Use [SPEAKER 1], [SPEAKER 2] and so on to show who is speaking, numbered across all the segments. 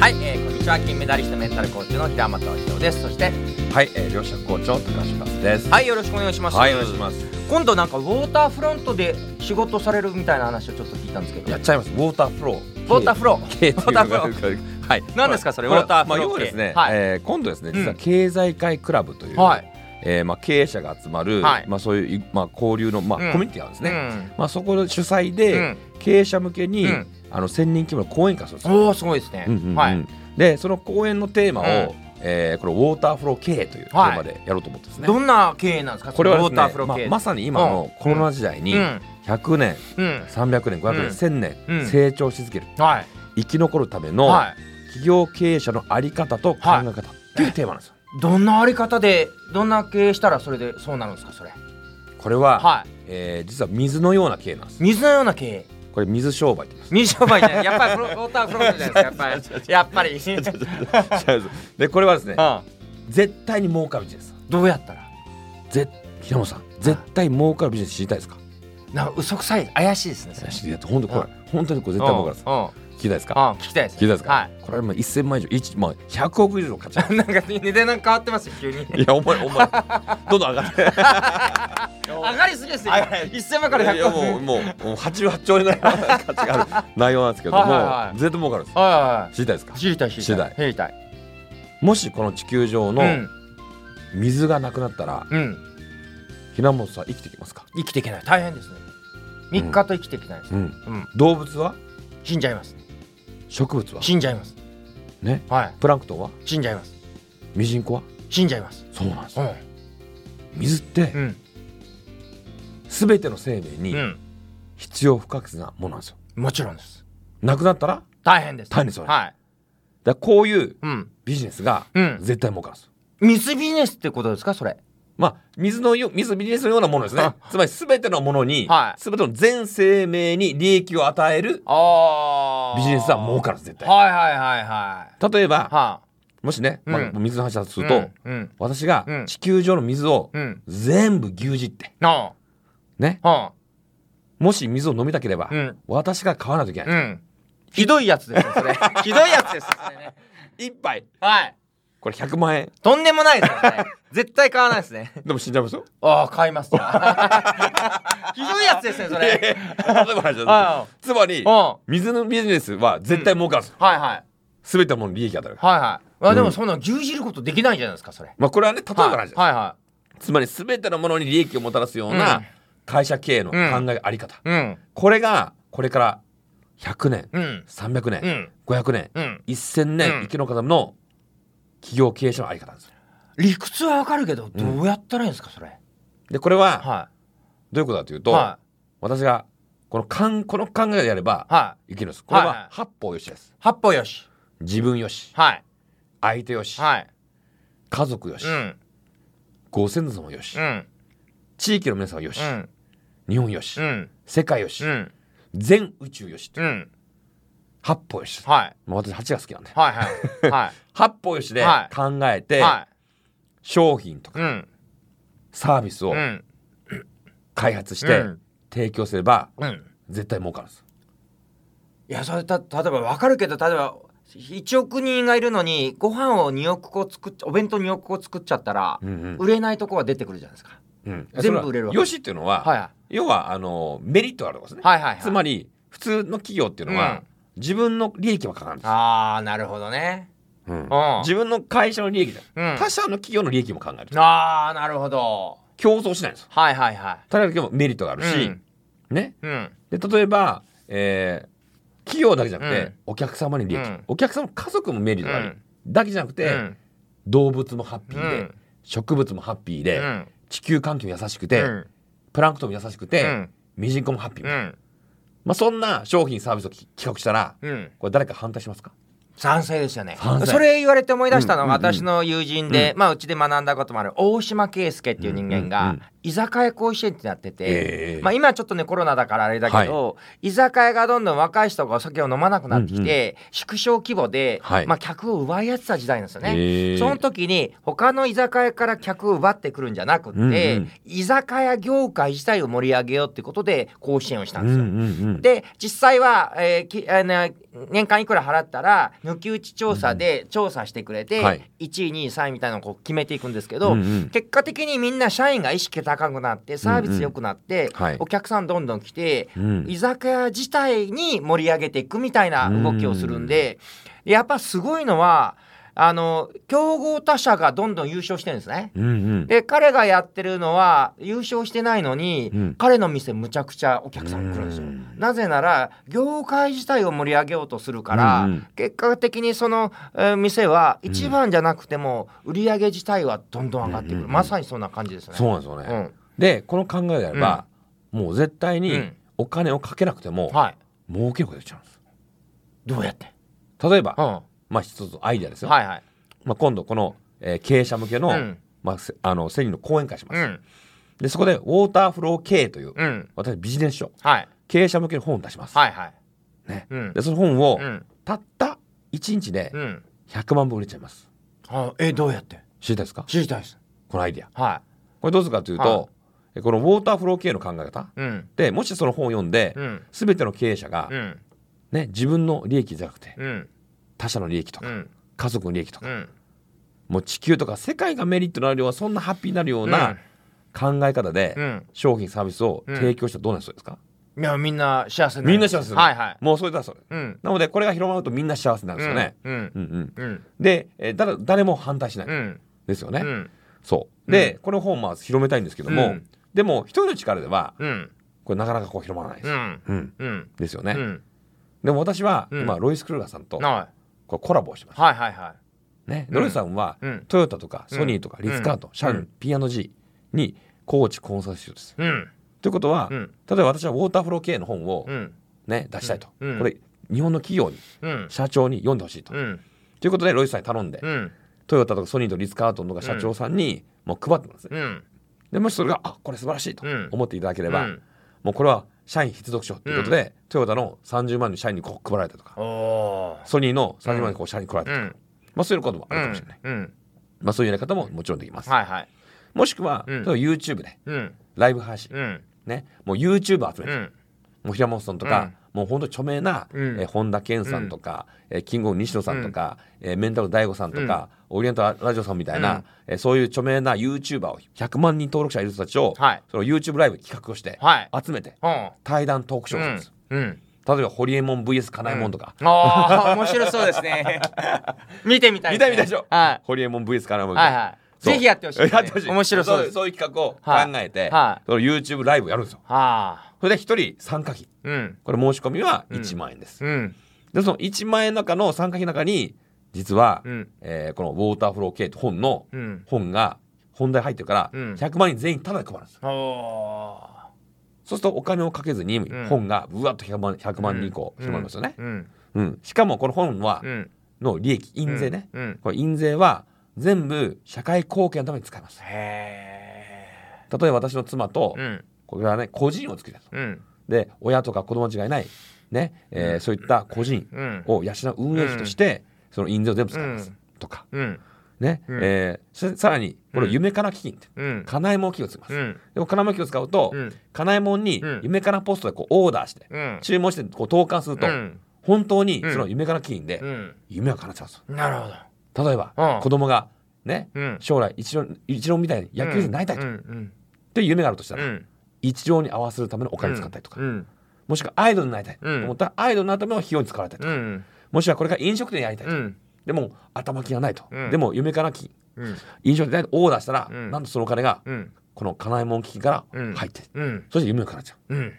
[SPEAKER 1] はい、えーこんにちは金メダリストメンタルコーチの平本伊藤ですそして
[SPEAKER 2] はい、えー、両者校長高橋勝です。
[SPEAKER 1] はいよろしくお願いします、
[SPEAKER 2] はい、お願いします。
[SPEAKER 1] 今度なんかウォーターフロントで仕事されるみたいな話をちょっと聞いたんですけど
[SPEAKER 2] やっ
[SPEAKER 1] ウ
[SPEAKER 2] ちゃいます。ウォーターフロー。
[SPEAKER 1] ォーターフロー
[SPEAKER 2] K っていうのが
[SPEAKER 1] ウ ォーター
[SPEAKER 2] はい。
[SPEAKER 1] 何ですかそれ
[SPEAKER 2] まあ
[SPEAKER 1] ウォーターフロー
[SPEAKER 2] まあ要はですね
[SPEAKER 1] K、はい
[SPEAKER 2] えー今度ですね、実
[SPEAKER 1] う
[SPEAKER 2] は
[SPEAKER 1] ん
[SPEAKER 2] 経済界クラブという、
[SPEAKER 1] はい
[SPEAKER 2] えーまあ経営者が集まる、
[SPEAKER 1] はい
[SPEAKER 2] まあそういうまあ交流のまあ、
[SPEAKER 1] うん
[SPEAKER 2] コミュニティがあるんです
[SPEAKER 1] う
[SPEAKER 2] ね。
[SPEAKER 1] ん
[SPEAKER 2] まあそこの主催で、
[SPEAKER 1] うん
[SPEAKER 2] 経営者向けに、
[SPEAKER 1] うん
[SPEAKER 2] あの千人規模の講演会をするんですよ。
[SPEAKER 1] おおすごいですね、
[SPEAKER 2] うんうんうん
[SPEAKER 1] はい
[SPEAKER 2] でその講演のテーマを、
[SPEAKER 1] うん
[SPEAKER 2] えーこれウォーターフロー K というテーマでやろうと思ってますね。
[SPEAKER 1] どんな経営なんですか
[SPEAKER 2] これはで
[SPEAKER 1] ウォ
[SPEAKER 2] すね
[SPEAKER 1] ーターフロー経営
[SPEAKER 2] まあまさに今のコロナ時代に
[SPEAKER 1] うん
[SPEAKER 2] 100年、
[SPEAKER 1] うん
[SPEAKER 2] 300年500
[SPEAKER 1] うん
[SPEAKER 2] 年、1000
[SPEAKER 1] うん
[SPEAKER 2] 年成長し続ける
[SPEAKER 1] はい
[SPEAKER 2] 生き残るための
[SPEAKER 1] は
[SPEAKER 2] 企業経営者のあり方と考え方っていうテーマなんですよ。
[SPEAKER 1] いどんなあり方でどんな経営したらそれでそうなるんですかそれ
[SPEAKER 2] これは、
[SPEAKER 1] はい
[SPEAKER 2] えー実は水のような経営なんです。
[SPEAKER 1] 水のような経営
[SPEAKER 2] これ水商売って言い
[SPEAKER 1] 水商売じゃないやっぱりフロウォーターフロントじゃないですかやっぱ りやっぱり
[SPEAKER 2] ます。 でこれはですね
[SPEAKER 1] うん
[SPEAKER 2] 絶対に儲かるビジネス。
[SPEAKER 1] どうやったら
[SPEAKER 2] ぜ平本さん絶対儲かるビジネス知りたいですか。
[SPEAKER 1] なんか嘘くさい怪しいですねそれ
[SPEAKER 2] 知りたい。本当これ、
[SPEAKER 1] う
[SPEAKER 2] 本当にこれ絶対儲かるんです。
[SPEAKER 1] うんうん
[SPEAKER 2] 聞きたいですか。
[SPEAKER 1] あ聞きたいです
[SPEAKER 2] 聞きたいですか。
[SPEAKER 1] はい
[SPEAKER 2] これはもう1000万以上一まあ100億以上の価値あ る。
[SPEAKER 1] なんか値段変わってますよ急に
[SPEAKER 2] いやお前お前どんどん上がって。
[SPEAKER 1] 上がりすぎですよ
[SPEAKER 2] はいはい
[SPEAKER 1] 1000万から
[SPEAKER 2] いや
[SPEAKER 1] 100
[SPEAKER 2] もう
[SPEAKER 1] 万
[SPEAKER 2] もうもう88兆円ぐらいの価値がある内容なんですけども、
[SPEAKER 1] はいはいはい
[SPEAKER 2] 絶対儲かるんです。
[SPEAKER 1] は
[SPEAKER 2] 知りたいですか
[SPEAKER 1] い。知りたい知りたい知りたい
[SPEAKER 2] もしこの地球上
[SPEAKER 1] う
[SPEAKER 2] の
[SPEAKER 1] ん
[SPEAKER 2] 水がなくなったら、
[SPEAKER 1] うん
[SPEAKER 2] 平本さん生きてきますか。
[SPEAKER 1] 生きていけない大変ですね3日と生きていけないです
[SPEAKER 2] うん。
[SPEAKER 1] うん
[SPEAKER 2] 動物は
[SPEAKER 1] 死んじゃいます
[SPEAKER 2] 植物は
[SPEAKER 1] 死んじゃいます
[SPEAKER 2] ね
[SPEAKER 1] はい
[SPEAKER 2] プランクトンは
[SPEAKER 1] 死んじゃいます
[SPEAKER 2] ミジンコは
[SPEAKER 1] 死んじゃいます
[SPEAKER 2] そうなんです
[SPEAKER 1] う
[SPEAKER 2] よ。
[SPEAKER 1] ん
[SPEAKER 2] 水って
[SPEAKER 1] うん
[SPEAKER 2] すべての生命
[SPEAKER 1] う
[SPEAKER 2] に
[SPEAKER 1] ん
[SPEAKER 2] 必要不可欠なものなんですよ。
[SPEAKER 1] もちろんです
[SPEAKER 2] なくなったらだか
[SPEAKER 1] 大変です
[SPEAKER 2] 大変ですよね
[SPEAKER 1] はい
[SPEAKER 2] らこういう
[SPEAKER 1] うん
[SPEAKER 2] ビジネスが
[SPEAKER 1] うん
[SPEAKER 2] 絶対儲かるんですよ。
[SPEAKER 1] 水ビジネスってことですかそれ
[SPEAKER 2] まあ、水のよ水ビジネスのようなものですね
[SPEAKER 1] あ。
[SPEAKER 2] つまりすべてのものに、
[SPEAKER 1] はい
[SPEAKER 2] すべての全生命に利益を与える
[SPEAKER 1] ああ
[SPEAKER 2] ビジネスは儲かるんです絶対。
[SPEAKER 1] はいはいはいはい
[SPEAKER 2] 例えば、
[SPEAKER 1] はあ
[SPEAKER 2] もしね、まあ
[SPEAKER 1] うん
[SPEAKER 2] 水の話だとすると、
[SPEAKER 1] うんうん
[SPEAKER 2] 私が
[SPEAKER 1] うん
[SPEAKER 2] 地球上の水を
[SPEAKER 1] うん
[SPEAKER 2] 全部牛耳って、
[SPEAKER 1] あ
[SPEAKER 2] ね、
[SPEAKER 1] あは
[SPEAKER 2] もし水を飲みたければ、
[SPEAKER 1] あうん
[SPEAKER 2] 私が買わないといけ
[SPEAKER 1] う
[SPEAKER 2] ない。
[SPEAKER 1] んひどいやつですねそ れひどいやつですそれね
[SPEAKER 2] 一、杯、
[SPEAKER 1] はい
[SPEAKER 2] これ100万円。
[SPEAKER 1] とんでもないですよ ね絶対買わないですね
[SPEAKER 2] でも死んじゃいますよ。
[SPEAKER 1] ああ買います ひどいやつですねそ
[SPEAKER 2] 例
[SPEAKER 1] れ
[SPEAKER 2] えば話だ
[SPEAKER 1] ああ
[SPEAKER 2] と、つま
[SPEAKER 1] う
[SPEAKER 2] り
[SPEAKER 1] ん、はい
[SPEAKER 2] 水のビジネスは絶対儲かるんですよ。
[SPEAKER 1] はいはい
[SPEAKER 2] すべてのものに利益が与える。
[SPEAKER 1] はいあで
[SPEAKER 2] う
[SPEAKER 1] も
[SPEAKER 2] ん
[SPEAKER 1] そんな牛耳ることできないじゃないですかそれ
[SPEAKER 2] まあこれはね、例えば
[SPEAKER 1] はい
[SPEAKER 2] 話です。
[SPEAKER 1] はいは
[SPEAKER 2] つまりすべてのものに利益をもたらすよう
[SPEAKER 1] う
[SPEAKER 2] なん会社経営の考え、あり方。
[SPEAKER 1] いうん
[SPEAKER 2] これが、これから100年、
[SPEAKER 1] うん
[SPEAKER 2] 300
[SPEAKER 1] う
[SPEAKER 2] 年、
[SPEAKER 1] ん
[SPEAKER 2] 500年、
[SPEAKER 1] うん
[SPEAKER 2] 1000
[SPEAKER 1] うん
[SPEAKER 2] 年生き残るための企業経営者のあり方なんですよ。
[SPEAKER 1] 理屈はわかるけどどうやったらいいんですかそれ
[SPEAKER 2] でこれは
[SPEAKER 1] は
[SPEAKER 2] どういうことかという
[SPEAKER 1] い
[SPEAKER 2] と、
[SPEAKER 1] は
[SPEAKER 2] 私がこのかんこの考えでやれば
[SPEAKER 1] いはい
[SPEAKER 2] 生きるんです。これ
[SPEAKER 1] はいはい
[SPEAKER 2] は八方よしです。
[SPEAKER 1] 八方よし
[SPEAKER 2] 自分よし、
[SPEAKER 1] はい
[SPEAKER 2] 相手よし、
[SPEAKER 1] はい
[SPEAKER 2] 家族よし、
[SPEAKER 1] うん
[SPEAKER 2] ご先祖様よし
[SPEAKER 1] う、ん
[SPEAKER 2] 地域の皆様よし
[SPEAKER 1] う、ん
[SPEAKER 2] 日本よし
[SPEAKER 1] う、ん
[SPEAKER 2] 世界よし
[SPEAKER 1] う、ん
[SPEAKER 2] 全宇宙よし、
[SPEAKER 1] うん
[SPEAKER 2] 八方よしです。
[SPEAKER 1] はい
[SPEAKER 2] まあ私八が好きなんで、
[SPEAKER 1] はいはいは
[SPEAKER 2] 八方よしで
[SPEAKER 1] は
[SPEAKER 2] 考え
[SPEAKER 1] い
[SPEAKER 2] て
[SPEAKER 1] は
[SPEAKER 2] 商品と
[SPEAKER 1] い
[SPEAKER 2] か
[SPEAKER 1] うん
[SPEAKER 2] サービスを
[SPEAKER 1] うん
[SPEAKER 2] 開発し
[SPEAKER 1] う
[SPEAKER 2] て
[SPEAKER 1] ん
[SPEAKER 2] 提供すれば
[SPEAKER 1] うん
[SPEAKER 2] 絶対儲かるんです。
[SPEAKER 1] いやそれた例えばわかるけど例えば1億人がいるのにご飯を2億個作っお弁当2億個作っちゃったら、
[SPEAKER 2] うんうん
[SPEAKER 1] 売れないとこは出てくるじゃないですか
[SPEAKER 2] うん
[SPEAKER 1] 全部売れるわけ
[SPEAKER 2] よしっていうのは、
[SPEAKER 1] はいは
[SPEAKER 2] 要はあのメリットがあるわけですね
[SPEAKER 1] い。はいはい
[SPEAKER 2] つま
[SPEAKER 1] り
[SPEAKER 2] り普通の企業っていうのは、
[SPEAKER 1] うん
[SPEAKER 2] 自分の利益はかかるんです、
[SPEAKER 1] ああなるほどね
[SPEAKER 2] うん
[SPEAKER 1] うん
[SPEAKER 2] 自分の会社の利益だ、
[SPEAKER 1] うん
[SPEAKER 2] 他社の企業の利益も考える
[SPEAKER 1] ああなるほど
[SPEAKER 2] 競争しないんです
[SPEAKER 1] はいはいは
[SPEAKER 2] ただけどメリットがある
[SPEAKER 1] い
[SPEAKER 2] し、ね、
[SPEAKER 1] うんうん
[SPEAKER 2] で例えば、えー企業だけじゃなくて、
[SPEAKER 1] うん
[SPEAKER 2] お客様に利益、
[SPEAKER 1] うん
[SPEAKER 2] お客様の家族もメリットがある、
[SPEAKER 1] うん
[SPEAKER 2] だけじゃなくて、
[SPEAKER 1] うん
[SPEAKER 2] 動物もハッピ
[SPEAKER 1] う
[SPEAKER 2] ーで、
[SPEAKER 1] ん
[SPEAKER 2] 植物もハッピーで、
[SPEAKER 1] うん
[SPEAKER 2] 地球環境も優しく
[SPEAKER 1] う
[SPEAKER 2] て、
[SPEAKER 1] ん
[SPEAKER 2] プランクトンも優しくて、
[SPEAKER 1] うん
[SPEAKER 2] ミジンコもハッピー、
[SPEAKER 1] うん
[SPEAKER 2] まあ、そんな商品サービスをき企画したら
[SPEAKER 1] うん
[SPEAKER 2] これ誰か反対しますか
[SPEAKER 1] 賛成ですよね
[SPEAKER 2] 賛成
[SPEAKER 1] それ言われて思い出したのが
[SPEAKER 2] うんうんうん
[SPEAKER 1] 私の友人で、まあうちで学んだこともある大島圭介っていう人間が、
[SPEAKER 2] うんうん
[SPEAKER 1] 居酒屋甲子園ってなってて、
[SPEAKER 2] ええ
[SPEAKER 1] まあ、今ちょっとねコロナだからあれだけど、居酒屋がどんどん若い人がお酒を飲まなくなってきて、縮小規模で、
[SPEAKER 2] はい
[SPEAKER 1] まあ、客を奪い合ってた時代なんですよね。
[SPEAKER 2] ええ
[SPEAKER 1] その時に他の居酒屋から客を奪ってくるんじゃなくって、
[SPEAKER 2] うんうん
[SPEAKER 1] 居酒屋業界自体を盛り上げようってことで甲子園をしたん
[SPEAKER 2] うん
[SPEAKER 1] です
[SPEAKER 2] う
[SPEAKER 1] よ。
[SPEAKER 2] んうん、
[SPEAKER 1] で実際は、えーきあの年間いくら払ったら抜き打ち調査で調査してくれて、
[SPEAKER 2] はい
[SPEAKER 1] 1位2位3位みたいなのをこう決めていくんですけど、
[SPEAKER 2] うんうん
[SPEAKER 1] 結果的にみんな社員が意識高くなってサービス良くなって、
[SPEAKER 2] はい
[SPEAKER 1] お客さんどんどん来て、
[SPEAKER 2] うん
[SPEAKER 1] 居酒屋自体に盛り上げていくみたいな動きをするんで、やっぱすごいのはあの競合他社がどんどん優勝してるんですね。
[SPEAKER 2] うんうん、
[SPEAKER 1] で彼がやってるのは優勝してないのに、
[SPEAKER 2] うん
[SPEAKER 1] 彼の店むちゃくちゃお客さん来るんですよ。
[SPEAKER 2] うん
[SPEAKER 1] なぜなら業界自体を盛り上げようとするから、
[SPEAKER 2] うんうん
[SPEAKER 1] 結果的にその、えー店は一番じゃなくても売り上げ自体はどんどん上がってくる、
[SPEAKER 2] うんうんうん
[SPEAKER 1] まさにそんな感じですね。
[SPEAKER 2] そうなんですよね、
[SPEAKER 1] うん
[SPEAKER 2] でこの考えであれば、もう絶対
[SPEAKER 1] う
[SPEAKER 2] に
[SPEAKER 1] ん
[SPEAKER 2] お金をかけなくても、
[SPEAKER 1] はい、
[SPEAKER 2] 儲けることができちゃうんです
[SPEAKER 1] どうやって、
[SPEAKER 2] 例えば、
[SPEAKER 1] うん、は
[SPEAKER 2] まあ一つアイデアです
[SPEAKER 1] い
[SPEAKER 2] よ、
[SPEAKER 1] はい、
[SPEAKER 2] まあ、今度この、えー経営者向けの、
[SPEAKER 1] うん
[SPEAKER 2] まあ、せあのセリーの講演会します、
[SPEAKER 1] うん
[SPEAKER 2] でそこでウォーターフロー経営という、
[SPEAKER 1] うん
[SPEAKER 2] 私ビジネス書
[SPEAKER 1] はい
[SPEAKER 2] 経営者向けの本を出します、
[SPEAKER 1] はいはい。
[SPEAKER 2] ね
[SPEAKER 1] うん
[SPEAKER 2] でその本を、
[SPEAKER 1] うん
[SPEAKER 2] たった1日で
[SPEAKER 1] うん。
[SPEAKER 2] 100万部売れちゃいます
[SPEAKER 1] あえどうやって
[SPEAKER 2] 知りたいですか
[SPEAKER 1] 知りたいです。
[SPEAKER 2] このアイデア
[SPEAKER 1] は
[SPEAKER 2] これどうするかというと、えこのウォーターフロー経営の考え方
[SPEAKER 1] い。うん
[SPEAKER 2] でもしその本を読んで、
[SPEAKER 1] うん
[SPEAKER 2] 全ての経営者が、
[SPEAKER 1] うん
[SPEAKER 2] ね、自分の利益じゃなくて
[SPEAKER 1] うん
[SPEAKER 2] 他者の利益とか、
[SPEAKER 1] うん
[SPEAKER 2] 家族の利益とか、
[SPEAKER 1] うん。
[SPEAKER 2] もう地球とか世界がメリットになるようなそんなハッピーになるような考え方で、
[SPEAKER 1] うん
[SPEAKER 2] 商品サービスを提供したらどうなりそうですか、
[SPEAKER 1] いやみんな幸せになる
[SPEAKER 2] みんな幸せにな
[SPEAKER 1] はい
[SPEAKER 2] る
[SPEAKER 1] はい。
[SPEAKER 2] もうそれだそれ
[SPEAKER 1] うん。
[SPEAKER 2] なのでこれが広まるとみんな幸せになるんですよね、
[SPEAKER 1] うん
[SPEAKER 2] うんうん
[SPEAKER 1] うん
[SPEAKER 2] で、えー誰誰も反対しない、
[SPEAKER 1] うん
[SPEAKER 2] ですよ
[SPEAKER 1] う
[SPEAKER 2] ね、
[SPEAKER 1] ん
[SPEAKER 2] そうで、この本をまあ広めたいんですけど
[SPEAKER 1] う
[SPEAKER 2] も、
[SPEAKER 1] ん
[SPEAKER 2] でも一人の力では
[SPEAKER 1] うん
[SPEAKER 2] これなかなかこう広まらないで
[SPEAKER 1] う
[SPEAKER 2] す、
[SPEAKER 1] ん
[SPEAKER 2] うん
[SPEAKER 1] うん
[SPEAKER 2] ですよ
[SPEAKER 1] う
[SPEAKER 2] ね、
[SPEAKER 1] ん。
[SPEAKER 2] でも私は
[SPEAKER 1] うん
[SPEAKER 2] 今ロイス・クルーガーさんと
[SPEAKER 1] はい
[SPEAKER 2] こうコラボをしてます
[SPEAKER 1] はいはいは
[SPEAKER 2] ね、
[SPEAKER 1] うん
[SPEAKER 2] ロイさんは、
[SPEAKER 1] い。うん
[SPEAKER 2] トヨタとかソニーとか
[SPEAKER 1] うん
[SPEAKER 2] リツカート、シャル、
[SPEAKER 1] うん
[SPEAKER 2] P&G にコーチコンサル必要です。
[SPEAKER 1] うん
[SPEAKER 2] ということは、
[SPEAKER 1] うん
[SPEAKER 2] 例えば私はウォーターフロー経営の本を
[SPEAKER 1] う、ん
[SPEAKER 2] ね、出したいと、
[SPEAKER 1] うん
[SPEAKER 2] これ日本の企業に
[SPEAKER 1] うん
[SPEAKER 2] 社長に読んでほしいと。
[SPEAKER 1] うん
[SPEAKER 2] ということでロイさんに頼んで、
[SPEAKER 1] うん
[SPEAKER 2] トヨタとかソニーとリツカートンとか社長さんにもう配ってもらうんですね。
[SPEAKER 1] うん
[SPEAKER 2] でもしそれがあこれ素晴らしいと
[SPEAKER 1] うん
[SPEAKER 2] 思っていただけれ
[SPEAKER 1] う
[SPEAKER 2] ば、
[SPEAKER 1] ん。
[SPEAKER 2] もうこれは社員必読書ということで、トヨタの30万人社員にこう配られたとか
[SPEAKER 1] おおー。
[SPEAKER 2] ソニーの30万人こう社員に配られた
[SPEAKER 1] う
[SPEAKER 2] とか、
[SPEAKER 1] ん
[SPEAKER 2] まあ、そういうこともあ
[SPEAKER 1] う
[SPEAKER 2] るかもし
[SPEAKER 1] ん
[SPEAKER 2] れない、
[SPEAKER 1] うん
[SPEAKER 2] まあ、そういうやり方ももちろんできます。
[SPEAKER 1] はいはい。
[SPEAKER 2] もしくは、
[SPEAKER 1] うん
[SPEAKER 2] 例えば YouTube で
[SPEAKER 1] うん
[SPEAKER 2] ライブ配信、
[SPEAKER 1] うん
[SPEAKER 2] ね、もう YouTube 集め
[SPEAKER 1] う
[SPEAKER 2] て、
[SPEAKER 1] ん
[SPEAKER 2] もう平本さんとか、もう本当著名な、
[SPEAKER 1] うん
[SPEAKER 2] えー本田健さんとか、えーキングオブ西野さんとか、えーメンタル大悟さんとか、オリエンタルラジオさんみたいな、
[SPEAKER 1] うん
[SPEAKER 2] えーそういう著名な YouTuber を100万人登録者いる人たちを、
[SPEAKER 1] はい
[SPEAKER 2] その YouTube ライブに企画をして、
[SPEAKER 1] はい。
[SPEAKER 2] 集めて
[SPEAKER 1] うん
[SPEAKER 2] 対談トークショーをするんです、
[SPEAKER 1] うんうん。
[SPEAKER 2] 例えばホリエモン VS 金井モンとか、
[SPEAKER 1] ああ、面白そうです ね。見てみたい、
[SPEAKER 2] 見たい見たいでしょ
[SPEAKER 1] は
[SPEAKER 2] ホリエモン VS 金井モ
[SPEAKER 1] い。
[SPEAKER 2] ンとか
[SPEAKER 1] はいはい。
[SPEAKER 2] そう
[SPEAKER 1] ぜひやってほしい、
[SPEAKER 2] やってほしい
[SPEAKER 1] 面白そうです。
[SPEAKER 2] そういう企画を考えて、
[SPEAKER 1] はい
[SPEAKER 2] その YouTube ライブをやるんですよ
[SPEAKER 1] はあ。
[SPEAKER 2] それで一人参加費
[SPEAKER 1] うん。
[SPEAKER 2] これ申し込みは1万円です、
[SPEAKER 1] うん。
[SPEAKER 2] でその1万円の中の参加費の中に実は、
[SPEAKER 1] うん。
[SPEAKER 2] えーこの「ウォーターフロー系」って本の
[SPEAKER 1] うん。
[SPEAKER 2] 本が本題入ってるから、
[SPEAKER 1] うん
[SPEAKER 2] 100万人全員タダで配るんです
[SPEAKER 1] お
[SPEAKER 2] よ
[SPEAKER 1] おー。
[SPEAKER 2] そうするとお金をかけずに
[SPEAKER 1] ん
[SPEAKER 2] 本がうわっと100万 ,100 万人以降広まりますよね、
[SPEAKER 1] うん。
[SPEAKER 2] うんしかもこの本は、
[SPEAKER 1] うん。
[SPEAKER 2] の利益印税ね、
[SPEAKER 1] うん。
[SPEAKER 2] これ印税は全部社会貢献のために使います
[SPEAKER 1] へ
[SPEAKER 2] 例えば私の妻と、
[SPEAKER 1] え。うん。
[SPEAKER 2] これはね個人を作ると
[SPEAKER 1] うん。
[SPEAKER 2] で親とか子供たちがいないね、えーそういった個人
[SPEAKER 1] うん。
[SPEAKER 2] を養う運営費として、その印税を全部使います、
[SPEAKER 1] うん
[SPEAKER 2] とか
[SPEAKER 1] うん。
[SPEAKER 2] ね、
[SPEAKER 1] うん
[SPEAKER 2] えーささらにこれ
[SPEAKER 1] うん
[SPEAKER 2] 夢かな基金って
[SPEAKER 1] うん。
[SPEAKER 2] 金右衛門基金を使います、
[SPEAKER 1] うん。
[SPEAKER 2] でも金右衛門基金を使うと、
[SPEAKER 1] うん。
[SPEAKER 2] 金右衛門に
[SPEAKER 1] うん
[SPEAKER 2] 夢かなポストでこうオーダーして、
[SPEAKER 1] うん。
[SPEAKER 2] 注文してこう投函すると、
[SPEAKER 1] うん。
[SPEAKER 2] 本当に
[SPEAKER 1] うん
[SPEAKER 2] その夢かな基金で
[SPEAKER 1] うん。
[SPEAKER 2] 夢を叶っちゃうんですよ
[SPEAKER 1] なるほど。
[SPEAKER 2] 例えば、
[SPEAKER 1] うん
[SPEAKER 2] 子供がね
[SPEAKER 1] うん。
[SPEAKER 2] 将来一郎一郎みたいに野球人になりたい
[SPEAKER 1] う
[SPEAKER 2] と、っ
[SPEAKER 1] ん。
[SPEAKER 2] ていう夢があるとした
[SPEAKER 1] うん。
[SPEAKER 2] ら、
[SPEAKER 1] うん。
[SPEAKER 2] 一郎に合わせるためのお金を使ったりとか、
[SPEAKER 1] うん。
[SPEAKER 2] もしくはアイドルになりたいと
[SPEAKER 1] うん
[SPEAKER 2] 思ったらアイドルになるための費用に使われたりと
[SPEAKER 1] う
[SPEAKER 2] か、
[SPEAKER 1] ん。
[SPEAKER 2] もしくはこれから飲食店やりたいと、
[SPEAKER 1] うん。
[SPEAKER 2] でも頭金がないと、
[SPEAKER 1] うん
[SPEAKER 2] でも夢かな基金
[SPEAKER 1] うん。
[SPEAKER 2] 飲食店やりたいとオーダーしたら、
[SPEAKER 1] うん
[SPEAKER 2] なんとそのお金が
[SPEAKER 1] うん。
[SPEAKER 2] この金右衛門基金から
[SPEAKER 1] うん
[SPEAKER 2] 入って、
[SPEAKER 1] うん。
[SPEAKER 2] そして夢を叶えちゃう
[SPEAKER 1] うん。
[SPEAKER 2] こ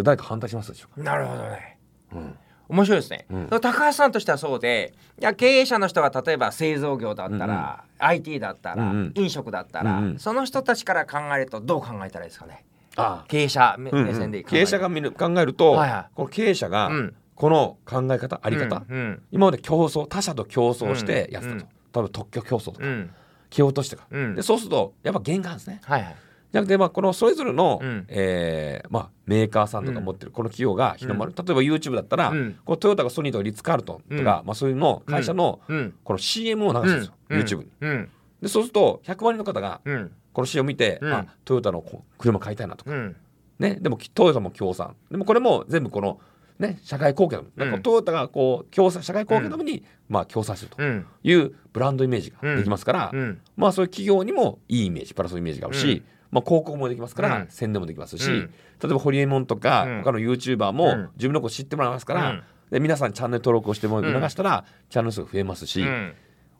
[SPEAKER 2] れ誰か反対しますでしょう
[SPEAKER 1] なるほどね。
[SPEAKER 2] か、うん
[SPEAKER 1] 面白いですね、
[SPEAKER 2] うん
[SPEAKER 1] 高橋さんとしてはそうでいや経営者の人が例えば製造業だったら、IT だったら、
[SPEAKER 2] うんうん
[SPEAKER 1] 飲食だったら、
[SPEAKER 2] うんうん
[SPEAKER 1] その人たちから考えるとどう考えたらいいですかね
[SPEAKER 2] あ
[SPEAKER 1] 経営者目,、
[SPEAKER 2] うんうん
[SPEAKER 1] 目線で考え
[SPEAKER 2] 経営者が見る考えると、
[SPEAKER 1] はいはい
[SPEAKER 2] この経営者が
[SPEAKER 1] うん
[SPEAKER 2] この考え方、あ
[SPEAKER 1] あ
[SPEAKER 2] り方、
[SPEAKER 1] うん
[SPEAKER 2] 今まで競争他社と競争してやって
[SPEAKER 1] う
[SPEAKER 2] たと、
[SPEAKER 1] ん
[SPEAKER 2] 例えば特許競争と
[SPEAKER 1] う
[SPEAKER 2] か
[SPEAKER 1] ん
[SPEAKER 2] 蹴落としてとか、
[SPEAKER 1] うん
[SPEAKER 2] でそうするとやっぱ限界あるんですね
[SPEAKER 1] はいはい
[SPEAKER 2] じゃなくて、まあ、このそれぞれの、
[SPEAKER 1] うん
[SPEAKER 2] えーまあ、メーカーさんとか持ってるこの企業が日の丸、例えば YouTube だったら、
[SPEAKER 1] うん
[SPEAKER 2] こうトヨタがソニーとかリッツ・カールトンとか、まあ、そういうの会社の、
[SPEAKER 1] うん
[SPEAKER 2] この CM を流すんですよ、
[SPEAKER 1] うん
[SPEAKER 2] YouTube に。
[SPEAKER 1] うん
[SPEAKER 2] でそうすると100万人の方が
[SPEAKER 1] うん
[SPEAKER 2] この CM を見て、
[SPEAKER 1] うん
[SPEAKER 2] あトヨタのこう車買いたいなとか、
[SPEAKER 1] うん
[SPEAKER 2] ね、でもきトヨタも協賛でもこれも全部この、ね、社会貢献のなんか
[SPEAKER 1] うん
[SPEAKER 2] トヨタがこう協賛社会貢献のために、まあ、協賛すると
[SPEAKER 1] うん
[SPEAKER 2] いうブランドイメージができますから、
[SPEAKER 1] うん
[SPEAKER 2] まあ、そういう企業にもいいイメージプラスのイメージがあるし、
[SPEAKER 1] うん
[SPEAKER 2] まあ、広告もできますから、
[SPEAKER 1] うん
[SPEAKER 2] 宣伝もできますし、
[SPEAKER 1] うん
[SPEAKER 2] 例えばホリエモンとか、
[SPEAKER 1] うん
[SPEAKER 2] 他の YouTuber
[SPEAKER 1] う
[SPEAKER 2] も
[SPEAKER 1] ん
[SPEAKER 2] 自分のこと知ってもらいますから、
[SPEAKER 1] うん
[SPEAKER 2] で皆さんチャンネル登録をしてもらい
[SPEAKER 1] うん
[SPEAKER 2] 流したら、チャンネル数が増えますし、
[SPEAKER 1] うん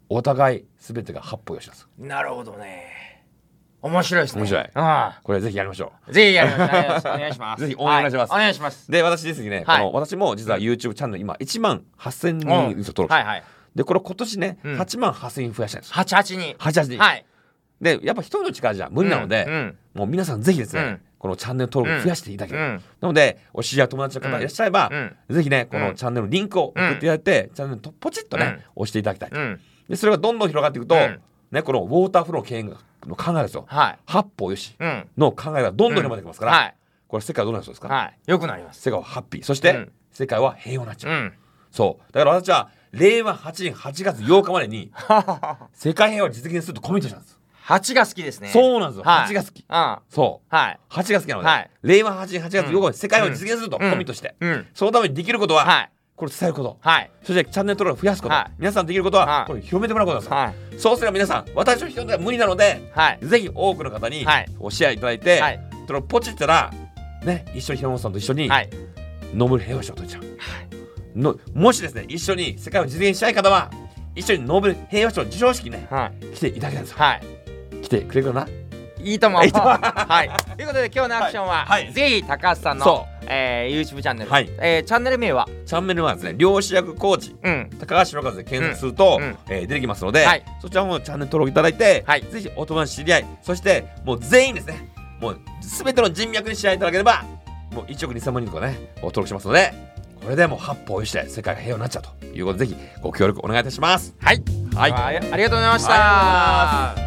[SPEAKER 2] お互い全てが八歩よしです
[SPEAKER 1] なるほどね面白いですね
[SPEAKER 2] 面白い
[SPEAKER 1] あ
[SPEAKER 2] これぜひやりましょ
[SPEAKER 1] あぜひやりましょうお願いします
[SPEAKER 2] ぜひ応援お願いします
[SPEAKER 1] はお願いします
[SPEAKER 2] うで私ですね、
[SPEAKER 1] はい
[SPEAKER 2] この私も実は YouTube チャンネル今1万8000人
[SPEAKER 1] うん
[SPEAKER 2] 登録、
[SPEAKER 1] はいはい
[SPEAKER 2] でこれ今年ね、
[SPEAKER 1] うん
[SPEAKER 2] 8万8000人増やしたんですよ
[SPEAKER 1] 八八に
[SPEAKER 2] 88人、
[SPEAKER 1] はい
[SPEAKER 2] でやっぱ一人の力じゃ無理なので、
[SPEAKER 1] うんうん
[SPEAKER 2] もう皆さんぜひですね、
[SPEAKER 1] うん
[SPEAKER 2] このチャンネル登録増やしていただき
[SPEAKER 1] う
[SPEAKER 2] たい、
[SPEAKER 1] ん
[SPEAKER 2] なのでお知り合い友達の方いらっしゃれば、
[SPEAKER 1] うん
[SPEAKER 2] ぜひね、こ
[SPEAKER 1] う
[SPEAKER 2] の
[SPEAKER 1] ん
[SPEAKER 2] チャンネルのリンクを送っていただいて、チャンネルとポチッとね、押していただきたい。
[SPEAKER 1] うん
[SPEAKER 2] で、それがどんどん広がっていくと、
[SPEAKER 1] うん
[SPEAKER 2] ね、このウォーターフロー経営の考えですよ。
[SPEAKER 1] はい
[SPEAKER 2] 八方よし
[SPEAKER 1] うん
[SPEAKER 2] の考えがどんどん広まってきますから、
[SPEAKER 1] はい
[SPEAKER 2] これ世界はどうなるそうですか、
[SPEAKER 1] はいよくなります
[SPEAKER 2] 世界はハッピー。そして、
[SPEAKER 1] うん
[SPEAKER 2] 世界は平和になっち
[SPEAKER 1] う
[SPEAKER 2] ゃう。
[SPEAKER 1] ん
[SPEAKER 2] そう。だから私は、令和8年8月8日までに、世界平和を実現するとコミットしたんです。
[SPEAKER 1] 八が好きですねう
[SPEAKER 2] そうなんですよ。
[SPEAKER 1] はい
[SPEAKER 2] 8が好き。
[SPEAKER 1] あ
[SPEAKER 2] そう。
[SPEAKER 1] あはい
[SPEAKER 2] 8が好きなので、
[SPEAKER 1] はい
[SPEAKER 2] 令和8年8月8日まで世界を実現するとコミットして、
[SPEAKER 1] うん
[SPEAKER 2] そのためにできることは、
[SPEAKER 1] はい
[SPEAKER 2] これ伝えること。
[SPEAKER 1] はい
[SPEAKER 2] そしてチャンネル登録増やすこと、
[SPEAKER 1] はい
[SPEAKER 2] 皆さんできることは、
[SPEAKER 1] はい
[SPEAKER 2] これ広めてもらうことなんですよ、
[SPEAKER 1] はい
[SPEAKER 2] そうすれば皆さん私の人では無理なので
[SPEAKER 1] はい
[SPEAKER 2] ぜひ多くの方に
[SPEAKER 1] はい
[SPEAKER 2] おシェアいただいて、
[SPEAKER 1] はい
[SPEAKER 2] そのポチったらね一緒に平本さんと一緒に
[SPEAKER 1] はい
[SPEAKER 2] ノーベル平和賞を取っちゃう、のもしですね一緒に世界を実現したい方は一緒にノーベル平和賞授賞式ね
[SPEAKER 1] はい
[SPEAKER 2] 来ていただきたいんですよ
[SPEAKER 1] はい
[SPEAKER 2] 来てくれるかない
[SPEAKER 1] いとも。
[SPEAKER 2] いいとも
[SPEAKER 1] はい。ということで今日のアクションは、
[SPEAKER 2] はいはい
[SPEAKER 1] ぜひ高橋さん
[SPEAKER 2] そ
[SPEAKER 1] の、えー、YouTube チャンネル、
[SPEAKER 2] はい
[SPEAKER 1] えーチャンネル名は、
[SPEAKER 2] チャンネルはですね量子薬コーチ
[SPEAKER 1] うん、
[SPEAKER 2] 高橋和で検索すると、
[SPEAKER 1] うんうん
[SPEAKER 2] えー出てきますので、
[SPEAKER 1] はい
[SPEAKER 2] そちらもチャンネル登録いただいて、
[SPEAKER 1] はい
[SPEAKER 2] ぜひお友達知り合いそしてもう全員ですねもう全ての人脈に知り合いいただければもう1億2000万人とかねお登録しますのでこれでもう八方よして世界が平和になっちゃうということでぜひご協力お願いいたします。
[SPEAKER 1] はい、
[SPEAKER 2] はい
[SPEAKER 1] あありがとうございました。
[SPEAKER 2] ありがとうございます